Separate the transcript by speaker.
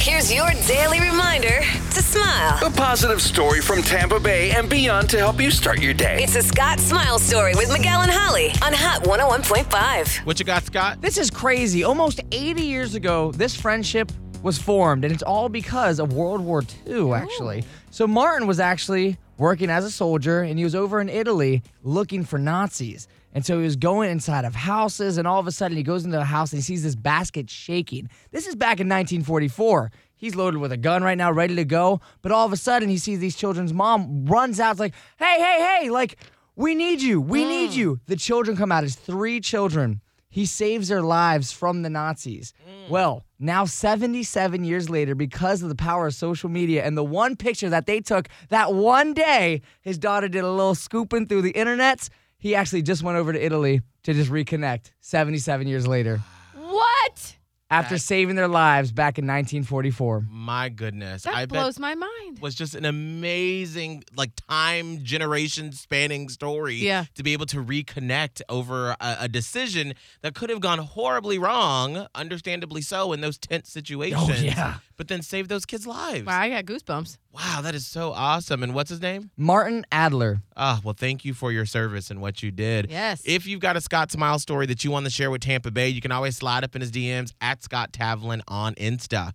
Speaker 1: Here's your daily reminder to smile.
Speaker 2: A positive story from Tampa Bay and beyond to help you start your day.
Speaker 1: It's a Scott Smile Story with Miguel and Holly on Hot 101.5.
Speaker 3: What you got, Scott?
Speaker 4: This is crazy. Almost 80 years ago, this friendship was formed, and it's all because of World War II, actually. So Martin was actually working as a soldier, and he was over in Italy looking for Nazis. And so he was going inside of houses, and all of a sudden he goes into a house and he sees this basket shaking. This is back in 1944. He's loaded with a gun right now, ready to go. But all of a sudden he sees these children's mom runs out, it's like, hey, hey, hey, like, we need you, we need you. The children come out, it's three children. He saves their lives from the Nazis. Well, now 77 years later, because of the power of social media and the one picture that they took that one day, his daughter did a little scooping through the internets. He actually just went over to Italy to just reconnect 77 years later
Speaker 5: What?
Speaker 4: after saving their lives back in 1944.
Speaker 3: My goodness.
Speaker 5: That
Speaker 3: I
Speaker 5: blows
Speaker 3: bet
Speaker 5: my mind.
Speaker 3: was just an amazing like time generation spanning story
Speaker 5: Yeah.
Speaker 3: to be able to reconnect over a, a decision that could have gone horribly wrong understandably so in those tense situations
Speaker 4: yeah.
Speaker 3: but then save those kids lives
Speaker 5: Wow, I got goosebumps.
Speaker 3: wow that is so awesome and what's his name
Speaker 4: Martin Adler.
Speaker 3: Ah, well, thank you for your service and what you did.
Speaker 5: Yes.
Speaker 3: If you've got a Scott Smile story that you want to share with Tampa Bay, you can always slide up in his DMs at Scott Tavlin on Insta.